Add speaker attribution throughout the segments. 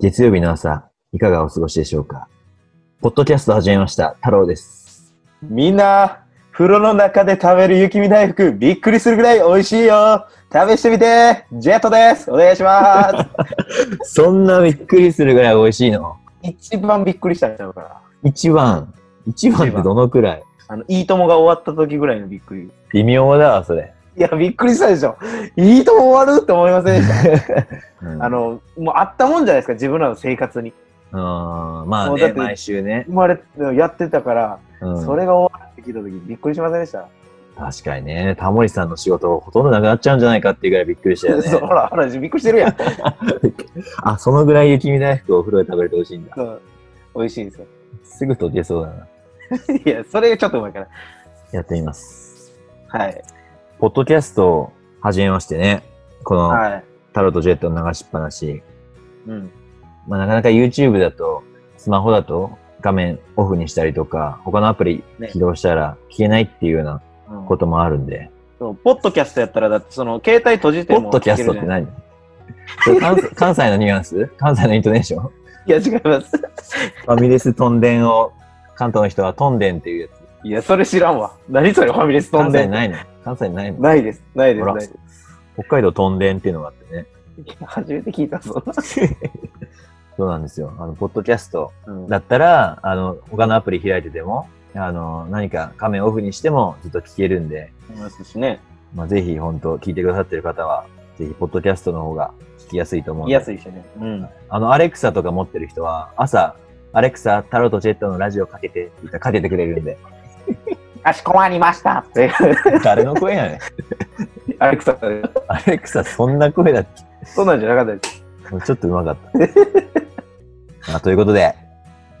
Speaker 1: 月曜日の朝、いかがお過ごしでしょうかポッドキャスト始めました、太郎です。
Speaker 2: みんな、風呂の中で食べる雪見大福、びっくりするぐらい美味しいよ。試してみて。ジェットです。お願いしま
Speaker 1: そんなびっくりするぐらい美味しいの
Speaker 2: す。 一番びっくりしたんちゃうかな。
Speaker 1: 一番、一番ってどのくらい
Speaker 2: あの、いいともが終わった時ぐらいのびっくり。
Speaker 1: 微妙だわ、それ。
Speaker 2: いや、びっくりしたでしょ。いいとも終わるって思いませんでした。
Speaker 1: うん、
Speaker 2: あの、もうあったもんじゃないですか、自分らの生活に。
Speaker 1: あーまあ
Speaker 2: もうだっ
Speaker 1: ね、
Speaker 2: て
Speaker 1: 毎週ね、
Speaker 2: 生まれ、やってたから、
Speaker 1: うん
Speaker 2: それが終わるって聞いた時、びっくりしませんでした。
Speaker 1: 確かにね、タモリさんの仕事ほとんどなくなっちゃうんじゃないかっていうぐらいびっくりしたよね
Speaker 2: そう、。ほら、ほら、びっくりしてるやん。
Speaker 1: あ、そのぐらい雪見大福をお風呂で食べると美味しいんだ。
Speaker 2: そう美味しいんですよ。
Speaker 1: すぐ溶けそうだな。
Speaker 2: いや、それがちょっとうまいから。
Speaker 1: やってみます。
Speaker 2: はい。
Speaker 1: ポッドキャストを始めましてね、この、
Speaker 2: はい。
Speaker 1: タロとジェットの流しっぱなし、
Speaker 2: うん。
Speaker 1: まあ、なかなか YouTube だと、スマホだと画面オフにしたりとか、他のアプリ
Speaker 2: ね
Speaker 1: 起動したら消えないっていうような
Speaker 2: うん
Speaker 1: こともあるんで、
Speaker 2: そうポッドキャストやったら、だってその、携帯閉じて
Speaker 1: ポ
Speaker 2: も。
Speaker 1: ッドキャストって
Speaker 2: い
Speaker 1: 何それ関関西のニュアンス関西のイントネーション
Speaker 2: いや、違います。
Speaker 1: ファミレストンデンを、関東の人はトンデンっていうやつ。
Speaker 2: いや、それ知らんわ。何それ、ファミレス飛ん
Speaker 1: 関西
Speaker 2: で。
Speaker 1: にないの関西にないの
Speaker 2: ないです。ないです。
Speaker 1: ほら
Speaker 2: ないです
Speaker 1: 北海道トンデンっていうのがあってね。
Speaker 2: 初めて聞いたぞ。
Speaker 1: そうなんですよ。あの、ポッドキャスト
Speaker 2: うん
Speaker 1: だったら、あの、他のアプリ開いてても、あの、何か画面オフにしてもずっと聞けるんで、
Speaker 2: いますしね。
Speaker 1: まあ、ぜひ本当聞いてくださってる方は、ぜひポッドキャストの方が聞きやすいと思う
Speaker 2: 言
Speaker 1: ん
Speaker 2: い
Speaker 1: で
Speaker 2: やすいしね。うん。
Speaker 1: あの、アレクサとか持ってる人は、朝、アレクサ、タロとジェットのラジオかけてって言ったらかけてくれるんで。
Speaker 2: かしこまりましたって。
Speaker 1: 誰の声やねん。
Speaker 2: アレクサ、
Speaker 1: アレクサ、そんな声だっけ
Speaker 2: そんなんじゃなかったです。
Speaker 1: もうちょっと上手 かった。まあ、ということで、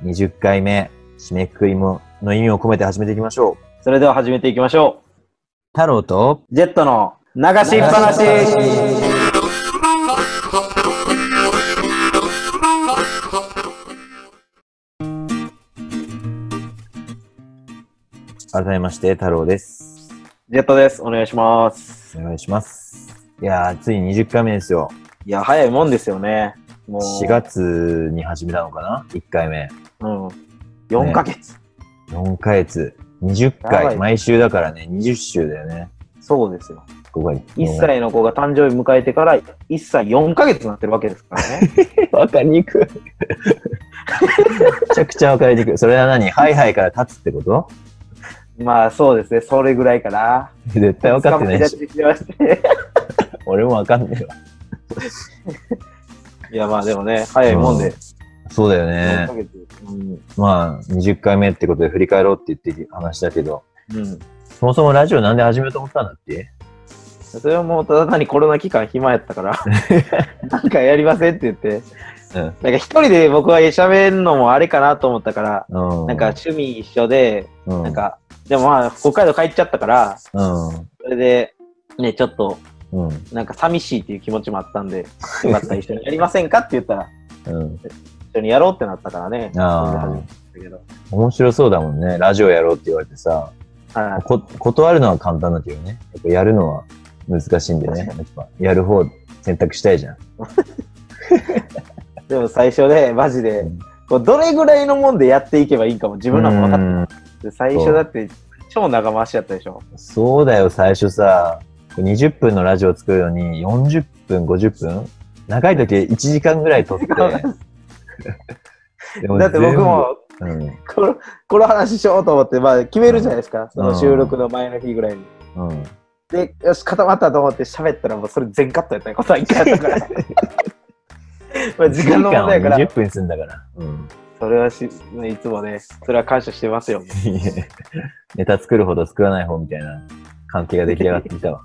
Speaker 1: 20回目、締めくくりも、の意味を込めて始めていきましょう。
Speaker 2: それでは始めていきましょ
Speaker 1: タロと、
Speaker 2: う。ジェットの流しっぱなし。
Speaker 1: 改めまして、太郎です。
Speaker 2: ジェットです。お願いします。
Speaker 1: お願いします。いやー、ついに20回目ですよ。
Speaker 2: いや、早いもんですよね。もう。
Speaker 1: 4。月に始めたのかな ?1 回目。
Speaker 2: うん。4ヶ月。
Speaker 1: 4ヶ月。20
Speaker 2: やば
Speaker 1: 回。
Speaker 2: い
Speaker 1: 毎週だからね、20週だよね。
Speaker 2: そうですよ。
Speaker 1: ここが
Speaker 2: 1。歳の子が誕生日迎えてから1歳4ヶ月になってるわけですから ね。
Speaker 1: わかりにくい。めちゃくちゃわかりにくい。それは何ハイハイから立つってこと
Speaker 2: まあそうですね、それぐらいかな。
Speaker 1: 絶対わかってないし。
Speaker 2: つかまり立ちして
Speaker 1: 俺もわかんないわ。
Speaker 2: いやまあでもね、早いもんで。
Speaker 1: そうだよ
Speaker 2: 4
Speaker 1: ね
Speaker 2: ヶ。月。うん。
Speaker 1: まあ、20回目ってことで振り返ろうって言って話だけど、
Speaker 2: うん。
Speaker 1: そもそもラジオなんで始めようと思ったんだっけ
Speaker 2: それはもうただ単にコロナ期間暇やった から、なんかやりませんって言って、
Speaker 1: うん
Speaker 2: なんか一人で僕は喋るのもあれかなと思ったから、
Speaker 1: う
Speaker 2: なんか、趣味一緒で、
Speaker 1: う
Speaker 2: なん、か、でもまあ北海道帰っちゃったから、
Speaker 1: う
Speaker 2: それで、ね、ちょっと、
Speaker 1: ん、うん、
Speaker 2: なんか寂しいっていう気持ちもあったんで、よかったら一緒にやりませんかって言ったら、
Speaker 1: うん。
Speaker 2: 一緒にやろうってなったからね。
Speaker 1: あー
Speaker 2: それで始めた
Speaker 1: 面白そうだもんね。ラジオやろうって言われてさ、
Speaker 2: けどはい
Speaker 1: こ断るのは簡単だけどね。やっぱやるのは難しいんでね。やっぱやる方選択したいじゃん。
Speaker 2: でも最初で、マジで
Speaker 1: うん、
Speaker 2: こうどれぐらいのもんでやっていけばいいんかも自分らも分か
Speaker 1: かっ
Speaker 2: ってて、最初だって超長回しやったでしょ。
Speaker 1: た。そうだよ、最初さ、20分のラジオ作るのに40分、50分長い時1時間ぐらい 撮って。でも
Speaker 2: だって僕も、
Speaker 1: 全部、うん
Speaker 2: この、この話しようと思って、まあ決めるじゃないですか。その収録の前の日ぐらいに。
Speaker 1: うん、
Speaker 2: で、よし、固まったと思って喋ったら、もうそれ全カットやったね。答え一回やった から。まあ時間の問題やか
Speaker 1: 1時間を
Speaker 2: ら、
Speaker 1: 20分にするんだから。うん
Speaker 2: それはし、いつもね、それは感謝してますよ。
Speaker 1: いえネタ作るほど作らない方みたいな関係が出来上がってき たわ。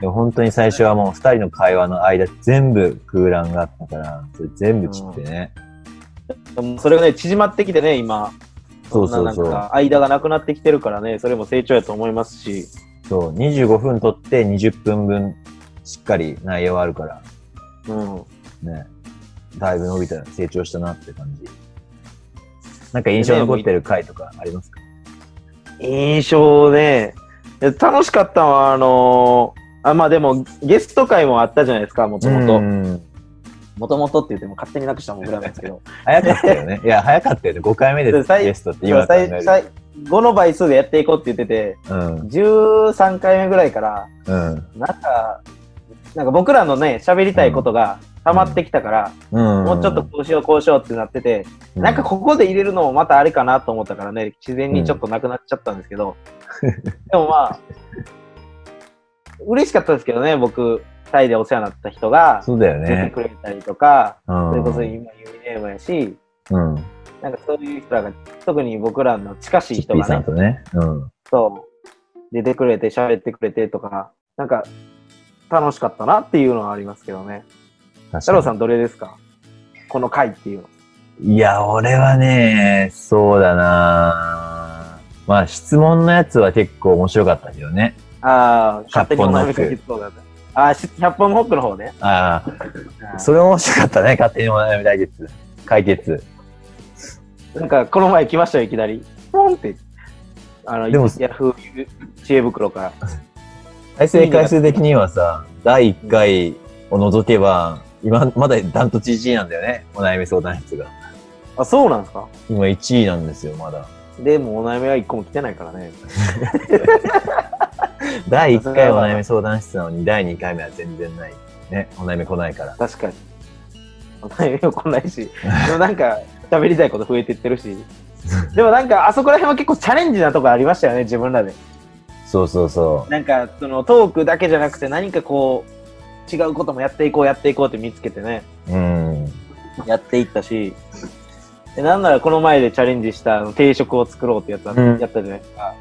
Speaker 1: でも本当に最初はもう2人の会話の間全部空欄があったから、それ全部切ってね。
Speaker 2: もうそれがね、縮まってきてね、今。
Speaker 1: そうそう
Speaker 2: そん
Speaker 1: そ
Speaker 2: な
Speaker 1: う
Speaker 2: なん。か間がなくなってきてるからね、それも成長やと思いますし、
Speaker 1: そう、25分撮って20分分しっかり内容あるから、
Speaker 2: うん。
Speaker 1: ね。だいぶ伸びた、成長したなって感じ。なんか印象残ってる回とかありますか
Speaker 2: 印象ね、いや楽しかったのは、あのーあ、まあでも、ゲスト会もあったじゃないですか、もともと。
Speaker 1: ん
Speaker 2: もともとって言っても勝手になくしたもんぐらいなんですけど、
Speaker 1: 早かったよね。いや、早かったよね。5回目で
Speaker 2: 最
Speaker 1: ゲスト って今
Speaker 2: 今
Speaker 1: 考え
Speaker 2: 最
Speaker 1: ると
Speaker 2: 最後の倍数でやっていこうって言ってて、
Speaker 1: うん。
Speaker 2: 13回目ぐらいから、
Speaker 1: うん。
Speaker 2: なんか、なんか僕らのね、喋りたいことが溜まってきたから、
Speaker 1: うん。
Speaker 2: もうちょっとこうしようこうしようってなってて、
Speaker 1: う、
Speaker 2: なんかここで入れるのもまたあれかなと思ったからね、自然にちょっとなくなっちゃったんですけど、でもまあ、嬉しかったですけどね、僕、タイでお世話になった人が
Speaker 1: そうだよ
Speaker 2: 出て
Speaker 1: ね。
Speaker 2: くれたりとか、
Speaker 1: うん。
Speaker 2: それこそ今ユニネームやし、
Speaker 1: うん。
Speaker 2: なんかそういう人らが、特に僕らの近しい
Speaker 1: チッ
Speaker 2: 人
Speaker 1: ピーさ
Speaker 2: が
Speaker 1: ん
Speaker 2: ね、
Speaker 1: とね。うん。
Speaker 2: そう、出てくれて、喋ってくれてとか、なんか楽しかったなっていうのはありますけどね。太郎さ
Speaker 1: ん。
Speaker 2: ん、どれですかこの回っていうの。
Speaker 1: いや、俺はね、そうだなまあ、質問のやつは結構面白かったけどね。
Speaker 2: ああ、勝手に
Speaker 1: 100本ノック
Speaker 2: めかけてそうだった。ああ、し100本ホックの方ね。
Speaker 1: あ
Speaker 2: あ
Speaker 1: あ、
Speaker 2: ー
Speaker 1: それ面白かったね。勝手にお悩み解決。解決。
Speaker 2: なんか、この前来ましたよ、いきなり。ポンって。あの、
Speaker 1: でも
Speaker 2: ヤフー知恵袋から。
Speaker 1: 再生回数的にはさ、第1回を除けば、今、まだダントツ1位なんだよね。お悩み相談室が。
Speaker 2: あ、そうなんですか
Speaker 1: 今1位なんですよ、まだ。
Speaker 2: でも、お悩みは一個も来てないからね。
Speaker 1: 第1回お悩み相談室なのに、第2回目は全然ない。ね、お悩み来ないから。
Speaker 2: 確かに。お悩みも来な いし。でもなんか、喋りたいこと増えてってるし。でもなんか、あそこら辺は結構チャレンジなとこありましたよね、自分らで。
Speaker 1: そうそうそ
Speaker 2: なんか、その、トークだけじゃなくて、何かこう、違うこともやっていこう、やっていこうって見つけてね。
Speaker 1: う。うん。
Speaker 2: やっていったし、でなんならこの前でチャレンジしたあの定食を作ろうってやった,、
Speaker 1: うん
Speaker 2: やったじゃないですか。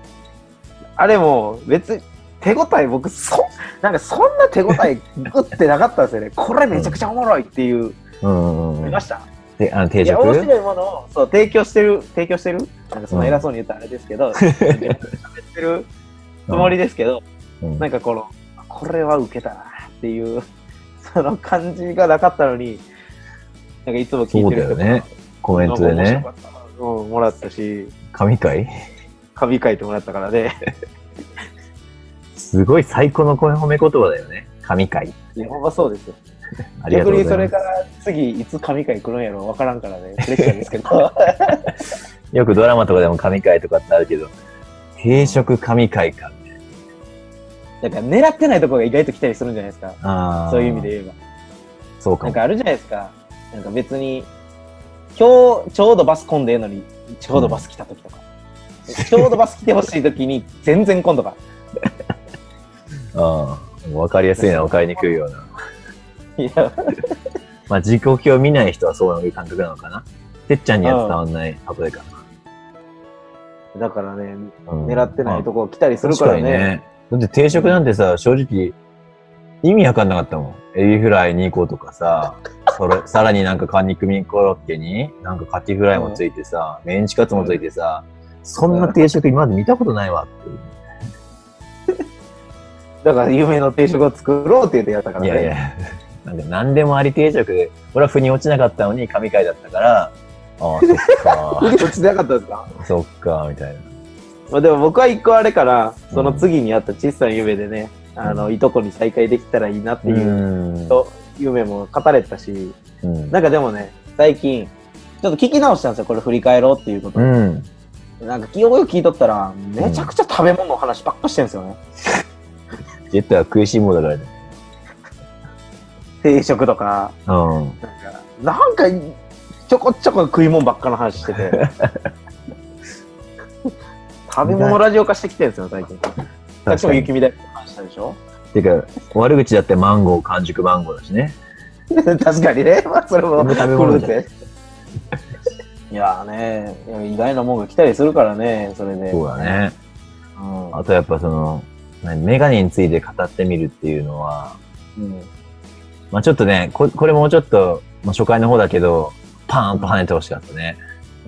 Speaker 2: あれも別に手応え、僕そ、なんかそんな手応えグってなかったんです よね。これめちゃくちゃおもろいっていう、
Speaker 1: うんうんう
Speaker 2: 見
Speaker 1: ん
Speaker 2: ま。した
Speaker 1: で、あの、定
Speaker 2: いや、面
Speaker 1: 食
Speaker 2: 白いものをそう提供してる、提供してるなんかその偉そうに言ったらあれです けど、喋ってるつもりですけど、
Speaker 1: うん
Speaker 2: なんかこの、これはウケたなっていう、その感じがなかったのに、なんかいつも聞
Speaker 1: そ
Speaker 2: いうて
Speaker 1: だ
Speaker 2: る人
Speaker 1: よね。コメントでね。
Speaker 2: うん、もらったし、
Speaker 1: 神回
Speaker 2: 紙書いてもらったからね。
Speaker 1: すごい最高の褒め言葉だよね。神回。
Speaker 2: いや、ほんまそうですよ。
Speaker 1: ありがとう
Speaker 2: 逆
Speaker 1: ご
Speaker 2: に
Speaker 1: ざ
Speaker 2: そ
Speaker 1: いま
Speaker 2: れ
Speaker 1: す
Speaker 2: か。ら次、いつ紙会来るんやろわからんからね。プレッシャーで すけど。
Speaker 1: よくドラマとかでも神回とかってあるけど、定食神回か。
Speaker 2: なんか狙ってないところが意外と来たりするんじゃないですか。
Speaker 1: あー
Speaker 2: そういう意味で。言えば。
Speaker 1: そうか
Speaker 2: なん
Speaker 1: も。
Speaker 2: かあるじゃないですか。なんか別に、今日ちょうどバス混んでんのに、ちょうどバス来た時とか。 ちょうどバス来てほしい時に、全然今 度が。
Speaker 1: ああ。わかりやすいな、わかりにくいような。
Speaker 2: いや、
Speaker 1: まあ、時刻表見ない人はそういう感覚なのかな。てっちゃんには伝わんない例えか
Speaker 2: だからね、
Speaker 1: な。うん
Speaker 2: 狙ってないところ来たりするからね。
Speaker 1: だって定食なんてさ、正直、意味わかんなかったもん。エビフライ2個とかさ、それ、 さらになんかカニクミコロッケに、なんかカキフライもついてさ、メンチカツもついてさ、そんな定食今まで見たことないわっていう。
Speaker 2: だから夢の定食を作ろうって言ってやったから
Speaker 1: い
Speaker 2: ね。
Speaker 1: やい や、なんか何でもあり定食で、俺は腑に落ちなかったのに神回だったから、ああ、そっ
Speaker 2: 腕
Speaker 1: か、
Speaker 2: 落ちてなかったんですか
Speaker 1: そっか、みたいな。
Speaker 2: まあでも僕は一個あれから、その次にあった小さな夢でね、あの、いとこに再会できたらいいなっていう、
Speaker 1: ん
Speaker 2: と夢も語れたし、
Speaker 1: うん。
Speaker 2: なんかでもね、最近、ちょっと聞き直したんですよ、これ振り返ろうっていうこと
Speaker 1: う。ん。
Speaker 2: なんか、よく聞いとったら、めちゃくちゃ食べ物の話ばっかしてるんですよね。
Speaker 1: ジェットは食いしん坊だからね。
Speaker 2: 定食とか、
Speaker 1: うん。
Speaker 2: なんか、なんか、ちょこちょこ食い物ばっかの話し てて。食べ物ラジオ化してきてるんですよ、最近。さっ
Speaker 1: 確
Speaker 2: きも
Speaker 1: かに。
Speaker 2: 雪見だいの話したでしょ
Speaker 1: てか、悪口だってマンゴー、完熟マンゴーだしね。
Speaker 2: 確かに ね。まあ、それも
Speaker 1: 全部食べ
Speaker 2: フ
Speaker 1: 物
Speaker 2: ル
Speaker 1: じゃん
Speaker 2: で。 いやーね、いや意外なもんが来たりするからね、それで。
Speaker 1: そうだ。ね。
Speaker 2: うん。
Speaker 1: あとやっぱその、何メガネについて語ってみるっていうのは、
Speaker 2: うん
Speaker 1: まあちょっとね、ここれもうちょっと、まあ、初回の方だけど、パーンと跳ねてほしかったね。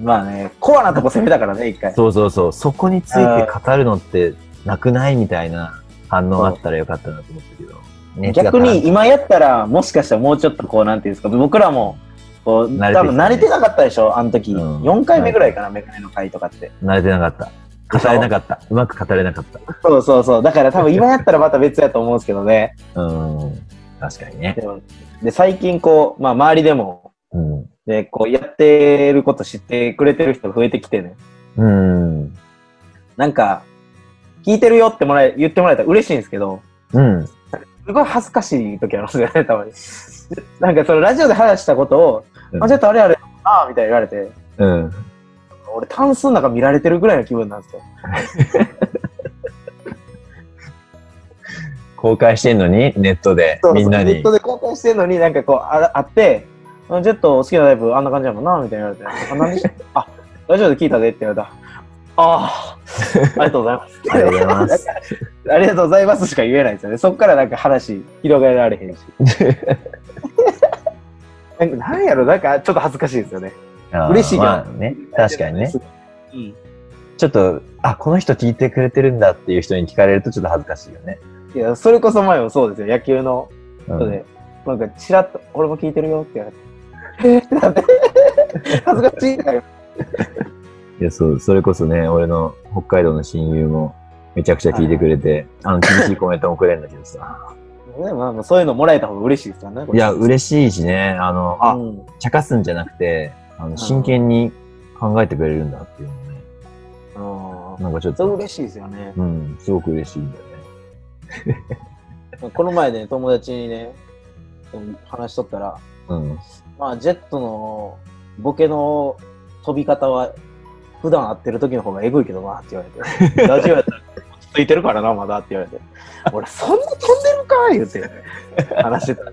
Speaker 2: まあね、コアなとこ攻めたからね、一回。
Speaker 1: そうそうそう、そこについて語るのってなくないみたいな反応あったらよかったなと思ったけど。熱が
Speaker 2: 逆
Speaker 1: 足らん
Speaker 2: に、今やったら、もしかしたらもうちょっとこう、なんていうんですか、僕らも、こう、
Speaker 1: 慣れてきたね
Speaker 2: 多分慣れてなかったでしょ、あの時。
Speaker 1: うん
Speaker 2: 4回目ぐらいかな、メガネの回とかって。
Speaker 1: 慣れてなかった。語れなかった。うまく語れなかっ
Speaker 2: そうそうそう。だから多分今やったらまた別やと思うんですけどね。
Speaker 1: た。うん。確かにね。
Speaker 2: でもで最近こう、まあ、周りでも、
Speaker 1: うん。
Speaker 2: ね、こうやってること知ってくれてる人増えてきてね、
Speaker 1: うん。
Speaker 2: なんか、聞いてるよってもらえ、言ってもらえたら嬉しいんですけど、
Speaker 1: うん。
Speaker 2: すごい恥ずかしい時あるんですよね、たまに。なんかそのラジオで話したことを、
Speaker 1: うん
Speaker 2: あ、ちょっとあれあれ、ああ、みたいに言われて、
Speaker 1: うん。
Speaker 2: 俺、タンスの中見られてるぐらいの気分なんですよ。
Speaker 1: 公開してんのに、ネットで
Speaker 2: そう、
Speaker 1: みんな
Speaker 2: ネッ
Speaker 1: に
Speaker 2: ト。で公開してるのに、なんかこう、あらあって、あジェット好きなタイプあんな感じやもんな、みたいに言われて、あ、何でし あ、ラジオで聞いたでって言われた。ああ、ありがとうございます。
Speaker 1: ありがとうございます。
Speaker 2: ありがとうございますしか言えないですよね。そっからなんか話広げられ へんし。なんかなんやろ、なんかちょっと恥ずかしいですよね。
Speaker 1: あー
Speaker 2: 嬉しいけど
Speaker 1: まあね。確かにね。
Speaker 2: うん。
Speaker 1: ちょっと、あ、この人聞いてくれてるんだっていう人に聞かれるとちょっと恥ずかしいよね。
Speaker 2: いや、それこそ前もそうですよ。野球の
Speaker 1: う
Speaker 2: 人
Speaker 1: ん、
Speaker 2: で、なんかちらっと、俺も聞いてるよって言われて。えーってなって、 恥ずかしいってなる
Speaker 1: いや、そう、それこそね、俺の北海道の親友もめちゃくちゃ聞いてくれて、あの、厳しいコメントもくれるんだけどさ。
Speaker 2: ねまあまあ、そういうのもらえた方が嬉しいですよね。
Speaker 1: いや、
Speaker 2: しい。
Speaker 1: 嬉しいしね、あの、
Speaker 2: あ、
Speaker 1: あ、茶化すんじゃなくて、あの、真剣に考えてくれるんだっていうのね、
Speaker 2: うん。
Speaker 1: なんかちょっ
Speaker 2: それ
Speaker 1: と、
Speaker 2: 嬉しいですよね。
Speaker 1: うん、すごく嬉しいんだよね。
Speaker 2: この前ね、友達にね、うん話しとったら、
Speaker 1: うん。
Speaker 2: まあ、ジェットのボケの飛び方は、普段会ってる時の方がエグいけどなって言われ て、ラジオやったら落ち着いてるからな、まだって言われて、俺、そんな飛んでるか言って、話してた。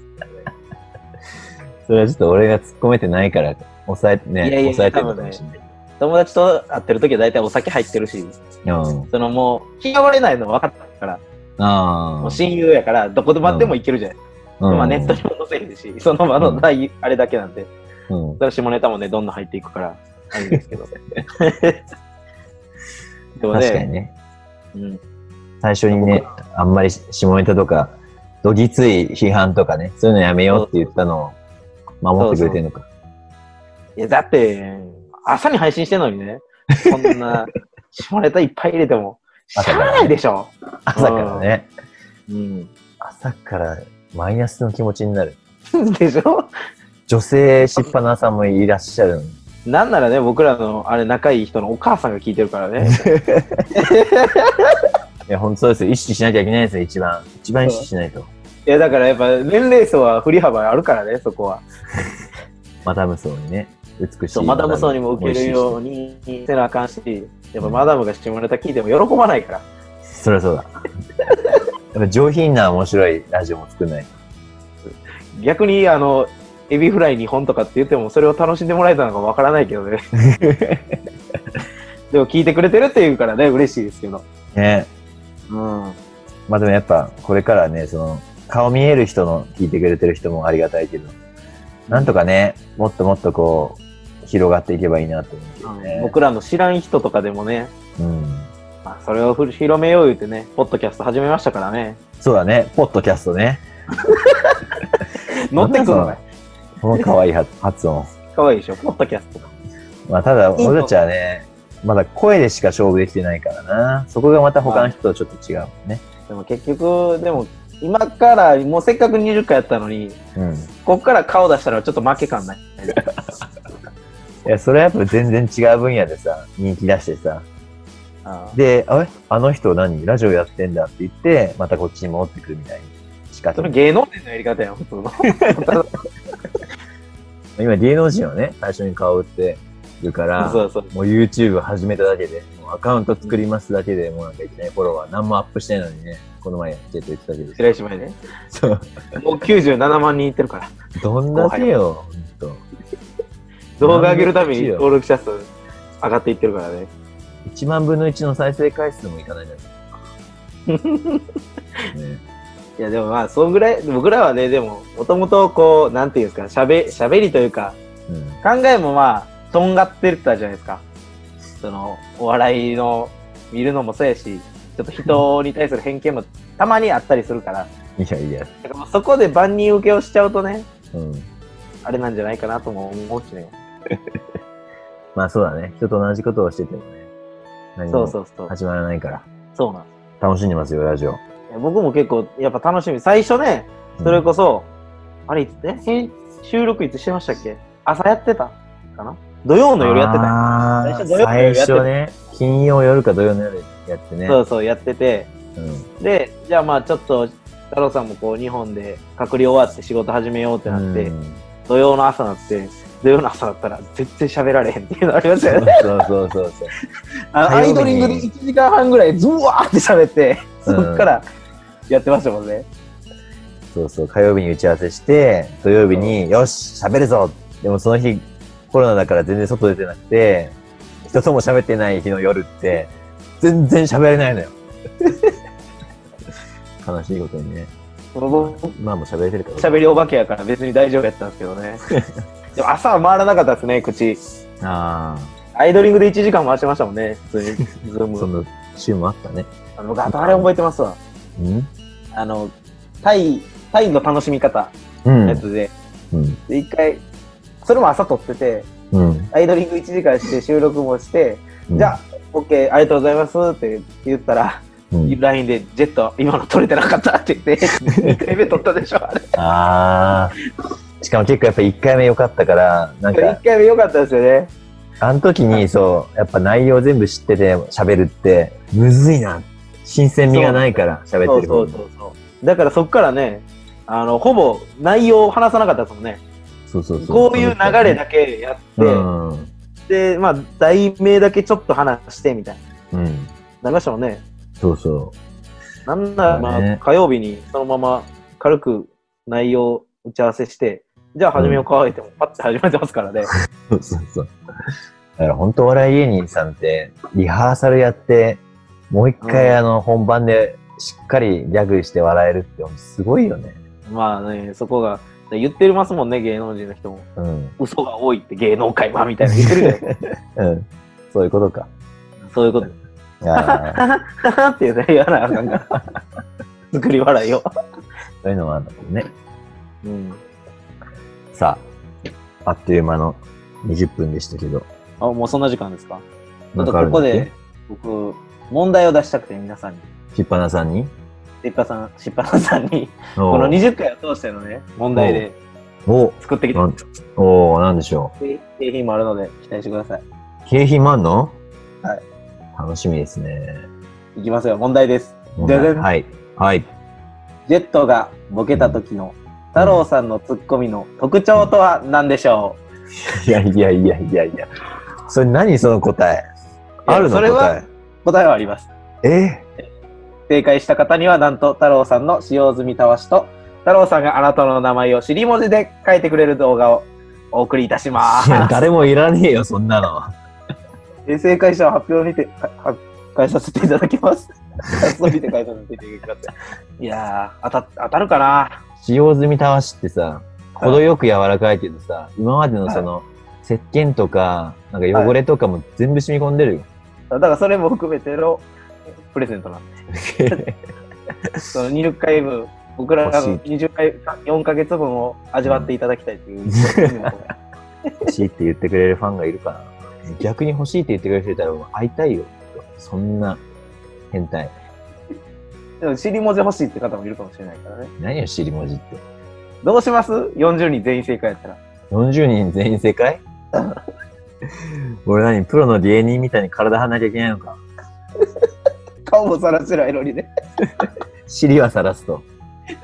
Speaker 1: それはちょっと俺が突っ込めてないから、抑えてね、
Speaker 2: いやいや
Speaker 1: 抑えてるのかもしれない。
Speaker 2: 友達と会ってる時は大体お酒入ってるし、
Speaker 1: うん。
Speaker 2: そのもう、嫌われないの分かったから、
Speaker 1: ああ。
Speaker 2: もう親友やから、どこで待ってもいけるじゃないまあネットにも載せへんし、 その場のないあれだけなんで、
Speaker 1: うん。うん
Speaker 2: それ下ネタもね、どんどん入っていくから、あるんですけど。 でも
Speaker 1: 確かに
Speaker 2: ね、
Speaker 1: ね。
Speaker 2: うん、
Speaker 1: 最初にね、あんまり下ネタとか、どぎつい批判とかね、そういうのやめようって言ったのを守ってくれてるのか。
Speaker 2: いやだって、朝に配信してんのにね、こん な下ネタいっぱい入れても、しゃあないでしょ。
Speaker 1: 朝からね。
Speaker 2: うん、
Speaker 1: 朝からマイナスの気持ちになる。
Speaker 2: でしょ
Speaker 1: 女性しっぱなさんもいらっしゃるのに。
Speaker 2: なんならね、僕らのあれ仲いい人のお母さんが聞いてるからね。
Speaker 1: いや、本当そうですよ。意識しなきゃいけないですよ、一番。一番意識しないと。
Speaker 2: いや、だからやっぱ年齢層は振り幅あるからね、そこは。
Speaker 1: マダム層にね、美しい。
Speaker 2: そう、マダム層にも受けるよ
Speaker 1: う。
Speaker 2: うにせなあかんし、やっぱマダムが下ネタ聞いても喜ばないから。
Speaker 1: そりゃそうだ。やっぱ上品な面白いラジオも作んない。
Speaker 2: 逆にあのエビフライ2本とかって言ってもそれを楽しんでもらえたのかわからないけど ねでも聞いてくれてるっていうからね嬉しいですけど
Speaker 1: ね。
Speaker 2: うん
Speaker 1: まあでもやっぱこれからね、その顔見える人の聞いてくれてる人もありがたいけど、なんとかね、もっともっとこう、広がっていけばいいなと思うけどね。
Speaker 2: 僕らの知らん人とかでもね、
Speaker 1: うん。
Speaker 2: まあ、それをふ広めよう言ってねポッドキャスト始めましたからね
Speaker 1: そうだね、ポッドキャストね。
Speaker 2: 乗ってくるのかい
Speaker 1: この可愛い発発 音。
Speaker 2: かわいいでしょポッドキャスト
Speaker 1: まあただ、俺たちはね、まだ声でしか勝負できてないからな。そこがまた他の人とちょっと違うもんね。
Speaker 2: でも結局でも今からもうせっかく20回やったのに
Speaker 1: うん。い
Speaker 2: ここから顔出したらちょっと負け感 ない
Speaker 1: や、それはやっぱ全然違う分野でさ、人気出してさ。
Speaker 2: あー
Speaker 1: で、あれあの人何ラジオやってんだって言って、またこっちに戻ってくるみたいに。仕方
Speaker 2: それ芸能人のやり方やん普通の
Speaker 1: 今芸能人はね、最初に顔売ってるから、
Speaker 2: そうそう
Speaker 1: もう YouTube 始めただけで、もうアカウント作りますだけで、もうなんかいきなりフォロワー何もアップしてないのにね、この前やってと言ってたけど、
Speaker 2: 白石麻衣ね
Speaker 1: そう、
Speaker 2: もう97万人いってるから。
Speaker 1: どんだけよ、ほんと。
Speaker 2: 動画上げるために
Speaker 1: いいよ
Speaker 2: 登録者数上がっていってるからね。
Speaker 1: 1万分の1の再生回数もいかないじゃな いね、
Speaker 2: いや、でもまあ、そんぐらい、僕らはね、でも、もともとこう、なんていうんですか、しゃべ、しゃべりというか、
Speaker 1: うん、
Speaker 2: 考えもまあ、とんがってたじゃないですか。その、お笑いの、見るのもそうやし、ちょっと人に対する偏見もたまにあったりするから、
Speaker 1: いやいや、
Speaker 2: だからもうそこで万人受けをしちゃうとね、
Speaker 1: うん。
Speaker 2: あれなんじゃないかなとも思うしね。
Speaker 1: まあそうだね、人と同じことをしててもね、何
Speaker 2: そう
Speaker 1: も
Speaker 2: そうそう。
Speaker 1: 始まらないから、
Speaker 2: そうなんです
Speaker 1: 楽しんでますよ、ラジオ。
Speaker 2: いや僕も結構やっぱ楽しみ最初ねそれこそ、あれいつ、え、編収録いつしてましたっけ朝やってたかな土曜の夜やってたんや
Speaker 1: あー
Speaker 2: 最初土曜の夜やってた
Speaker 1: 最初ね、金曜夜か土曜の夜やってね。
Speaker 2: そうそう、やってて。
Speaker 1: うん
Speaker 2: で、じゃあまあちょっと、太郎さんもこう、日本で隔離終わって仕事始めようってなって、
Speaker 1: うん
Speaker 2: 土曜の朝になって、土曜の朝だったら全然喋られへんっていうのありましたよね。
Speaker 1: そうそうそうそう。
Speaker 2: あのアイドリングで1時間半ぐらいズワーって喋って、そっからやってましたもんね。
Speaker 1: そうそう、火曜日に打ち合わせして、土曜日に、よし、喋るぞでもその日、コロナだから全然外出てなくて、人とも喋ってない日の夜って、全然喋れないのよ。 悲しいことにね。
Speaker 2: その
Speaker 1: まあもう喋れてるから。
Speaker 2: 喋りお化けやから別に大丈夫やったんですけど ね。でも朝は回らなかったですね、口。
Speaker 1: あ
Speaker 2: アイドリングで1時間回してましたもんね、普通に。ズー
Speaker 1: あ、そ
Speaker 2: ム。
Speaker 1: の週もあったね。
Speaker 2: あの、僕あとあれ覚えてますわ。
Speaker 1: うん
Speaker 2: あの、タイ、タイの楽しみ方
Speaker 1: う
Speaker 2: のや
Speaker 1: ん。
Speaker 2: つで、
Speaker 1: うん。
Speaker 2: で一回、それも朝撮ってて、
Speaker 1: うん。
Speaker 2: アイドリング1時間して収録もして、
Speaker 1: うん
Speaker 2: じゃあ、OK、ありがとうございますって言ったら、
Speaker 1: うん、
Speaker 2: LINE で、ジェット、今の撮れてなかったって 言って、2回目撮ったでしょ、あれ。
Speaker 1: ああ。しかも結構やっぱ1回目良かったから、なんか、
Speaker 2: 1回目良かったですよね。
Speaker 1: あの時に、そう、やっぱ内容全部知ってて喋るって、むずいな。新鮮味がないから、喋っ
Speaker 2: そ
Speaker 1: て
Speaker 2: う
Speaker 1: る
Speaker 2: そ
Speaker 1: 方
Speaker 2: うそ
Speaker 1: も。
Speaker 2: うそう。だからそっからね、あの、ほぼ内容を話さなかったですもんね。
Speaker 1: そうそうそう。
Speaker 2: こういう流れだけやって、
Speaker 1: うん。うん。
Speaker 2: で、まあ、題名だけちょっと話してみたいな。なりましたもんね。
Speaker 1: そうそ
Speaker 2: なんなら、まあ、
Speaker 1: ね
Speaker 2: 火曜日にそのまま軽く内容打ち合わせして、じゃあ始めようか、っても、パッて始めてますからね。
Speaker 1: う。そうそうそう。だから本当お笑い芸人さんって、リハーサルやって、もう一回
Speaker 2: うん
Speaker 1: あの、本番でしっかりギャグして笑えるって、すごいよね。
Speaker 2: まあね、そこが、言ってますもんね、芸能人の人も。
Speaker 1: うん。
Speaker 2: 嘘が多いって芸能界は、みたいな言ってるじゃないです
Speaker 1: うん。そういうことか。
Speaker 2: か。そういうこと。
Speaker 1: ああ、
Speaker 2: ははって言うね、言わなあかんから。 作り笑いを。
Speaker 1: そういうのもあるんだけどね。
Speaker 2: うん。
Speaker 1: さあ、あっという間の20分でしたけど。
Speaker 2: あ、もうそんな時間ですかちょ
Speaker 1: なん
Speaker 2: っと
Speaker 1: かある
Speaker 2: こ
Speaker 1: んだ
Speaker 2: こ
Speaker 1: っけ
Speaker 2: で、僕、問題を出したくて、皆さんに。
Speaker 1: ピッパナさんに
Speaker 2: しっぱさん、しっぱなさんに、
Speaker 1: こ
Speaker 2: この20回を通してのね、問題で
Speaker 1: お
Speaker 2: 作ってきた
Speaker 1: なんおおなんでしょ
Speaker 2: 製品もあるので、期待してください。
Speaker 1: う。景品もあんの
Speaker 2: はい。
Speaker 1: 楽しみですね。
Speaker 2: いきますよ、問題です。
Speaker 1: 問
Speaker 2: じゃ
Speaker 1: 題
Speaker 2: じゃん
Speaker 1: はい。はい。
Speaker 2: ジェットがボケた時の、太郎さんのツッコミの特徴とは何でしょ
Speaker 1: いやいやいやいやいや。それ何その答え。
Speaker 2: いや
Speaker 1: あるの
Speaker 2: それは
Speaker 1: 答
Speaker 2: う答えはあります。
Speaker 1: え。え
Speaker 2: 正解した方には、なんと太郎さんの使用済みたわしと、太郎さんがあなたの名前を尻文字で書いてくれる動画をお送りいたしま
Speaker 1: いや
Speaker 2: す。
Speaker 1: 誰もいらねえよ、そんなの。
Speaker 2: で正解者は発表にて、はは返させていただきます。 感想見て返させていただきます。いやー、当た、当たるかな
Speaker 1: 使用済みたわしってさ、程よく柔らかいけどさ、今までのその、石鹸とか、なんか汚れとかも全部染み込んでるよ。
Speaker 2: だからそれも含めてのプレゼントなんでその20回分、僕らが
Speaker 1: 欲
Speaker 2: 20回、4ヶ月分を味わっていただきたいという。
Speaker 1: 欲しいって言ってくれるファンがいるかな。逆に欲しいって言ってくれる人いたら、会いたいよ。そんな、変態。
Speaker 2: でも尻文字欲しいって方もいるかもしれないからね。
Speaker 1: 何よ、尻文字って。
Speaker 2: どうします ?40 人全員正解やったら。
Speaker 1: 40人全員正解 俺何、プロの芸人みたいに体張んなきゃいけないのか。
Speaker 2: 顔もさらしてないのに ね。
Speaker 1: 尻はさらすと。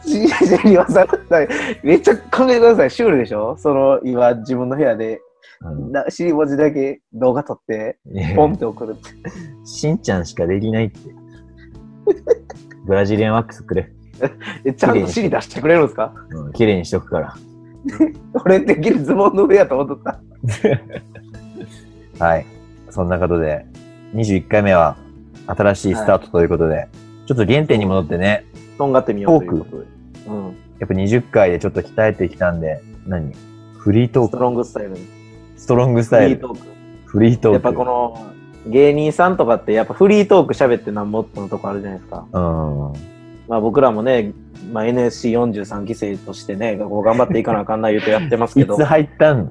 Speaker 2: 尻はさらない。めっちゃ考えてください。シュールでしょその今自分の部屋で
Speaker 1: うん
Speaker 2: な尻文字だけ動画撮って、
Speaker 1: いや
Speaker 2: ポンって送るって。
Speaker 1: しんちゃんしかできないって。ブラジリアンワックスくれ。
Speaker 2: えちゃんと尻出してくれるんですか
Speaker 1: うん、綺麗にしとくから。
Speaker 2: 俺てっきりズボンの上やと思っとった。
Speaker 1: はい。そんなことで、21回目は新しいスタートということで、ちょっと原点に戻ってね、
Speaker 2: とんがってみようということで。うん。
Speaker 1: やっぱ20回でちょっと鍛えてきたんで、何フリート
Speaker 2: ス
Speaker 1: ー
Speaker 2: ト
Speaker 1: ク、
Speaker 2: ロングスタイルに。
Speaker 1: ストロングス
Speaker 2: フ
Speaker 1: タ
Speaker 2: リ
Speaker 1: イ
Speaker 2: ー
Speaker 1: ル、
Speaker 2: トーク。
Speaker 1: フリートーク。
Speaker 2: やっぱこの、芸人さんとかってやっぱフリートーク喋ってなんぼってのとこあるじゃないですか。
Speaker 1: の、
Speaker 2: まあ僕らもね、まあ、NSC43 期生としてね、こう頑張っていかなあかんない言うとやってます
Speaker 1: うん。
Speaker 2: け
Speaker 1: い
Speaker 2: ど
Speaker 1: つ、入ったん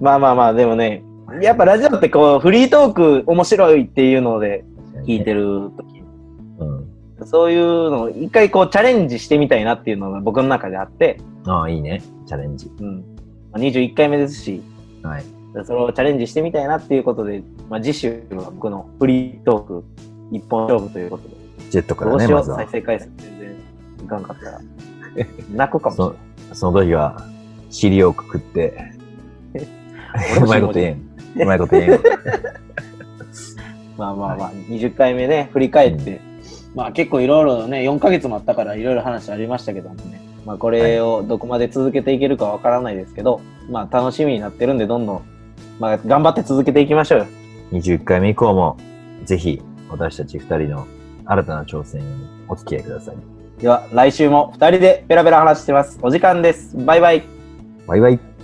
Speaker 2: まあまあまあ、でもね、やっぱラジオってこう、フリートーク面白いっていうので聞いてる時
Speaker 1: うん。
Speaker 2: そういうのを一回こうチャレンジしてみたいなっていうのが僕の中であって、
Speaker 1: ああ、いいね。チャレンジ。
Speaker 2: うん、まあ21回目ですし、
Speaker 1: はい。
Speaker 2: それをチャレンジしてみたいなっていうことで、まあ、次週は僕のフリートーク一本勝負ということで、
Speaker 1: ジェットから
Speaker 2: どう
Speaker 1: ね、
Speaker 2: しよ
Speaker 1: ま
Speaker 2: う、
Speaker 1: ずは
Speaker 2: 再。生回数全然いかんかった ら、泣くかもしれない。
Speaker 1: その時は、尻をくくって、
Speaker 2: 俺
Speaker 1: うま
Speaker 2: も
Speaker 1: い
Speaker 2: 尻
Speaker 1: こ
Speaker 2: 餅
Speaker 1: と言えん。うまいこと言えん。
Speaker 2: まあまあまあ、20回目ね、振り返って、
Speaker 3: まあ結構いろいろね、4ヶ月もあったからいろいろ話ありましたけどもね。
Speaker 2: まあこれをどこまで続けていけるかわからないですけど、まあ楽しみになってるんで、どんどん、まあ頑張って続けていきましょうよ。
Speaker 1: 21回目以降も、ぜひ、私たち二人の新たな挑戦にお付き合いください。
Speaker 2: では、来週も2人でペラペラ話してます。お時間です。バイバイ。
Speaker 1: バイバイ。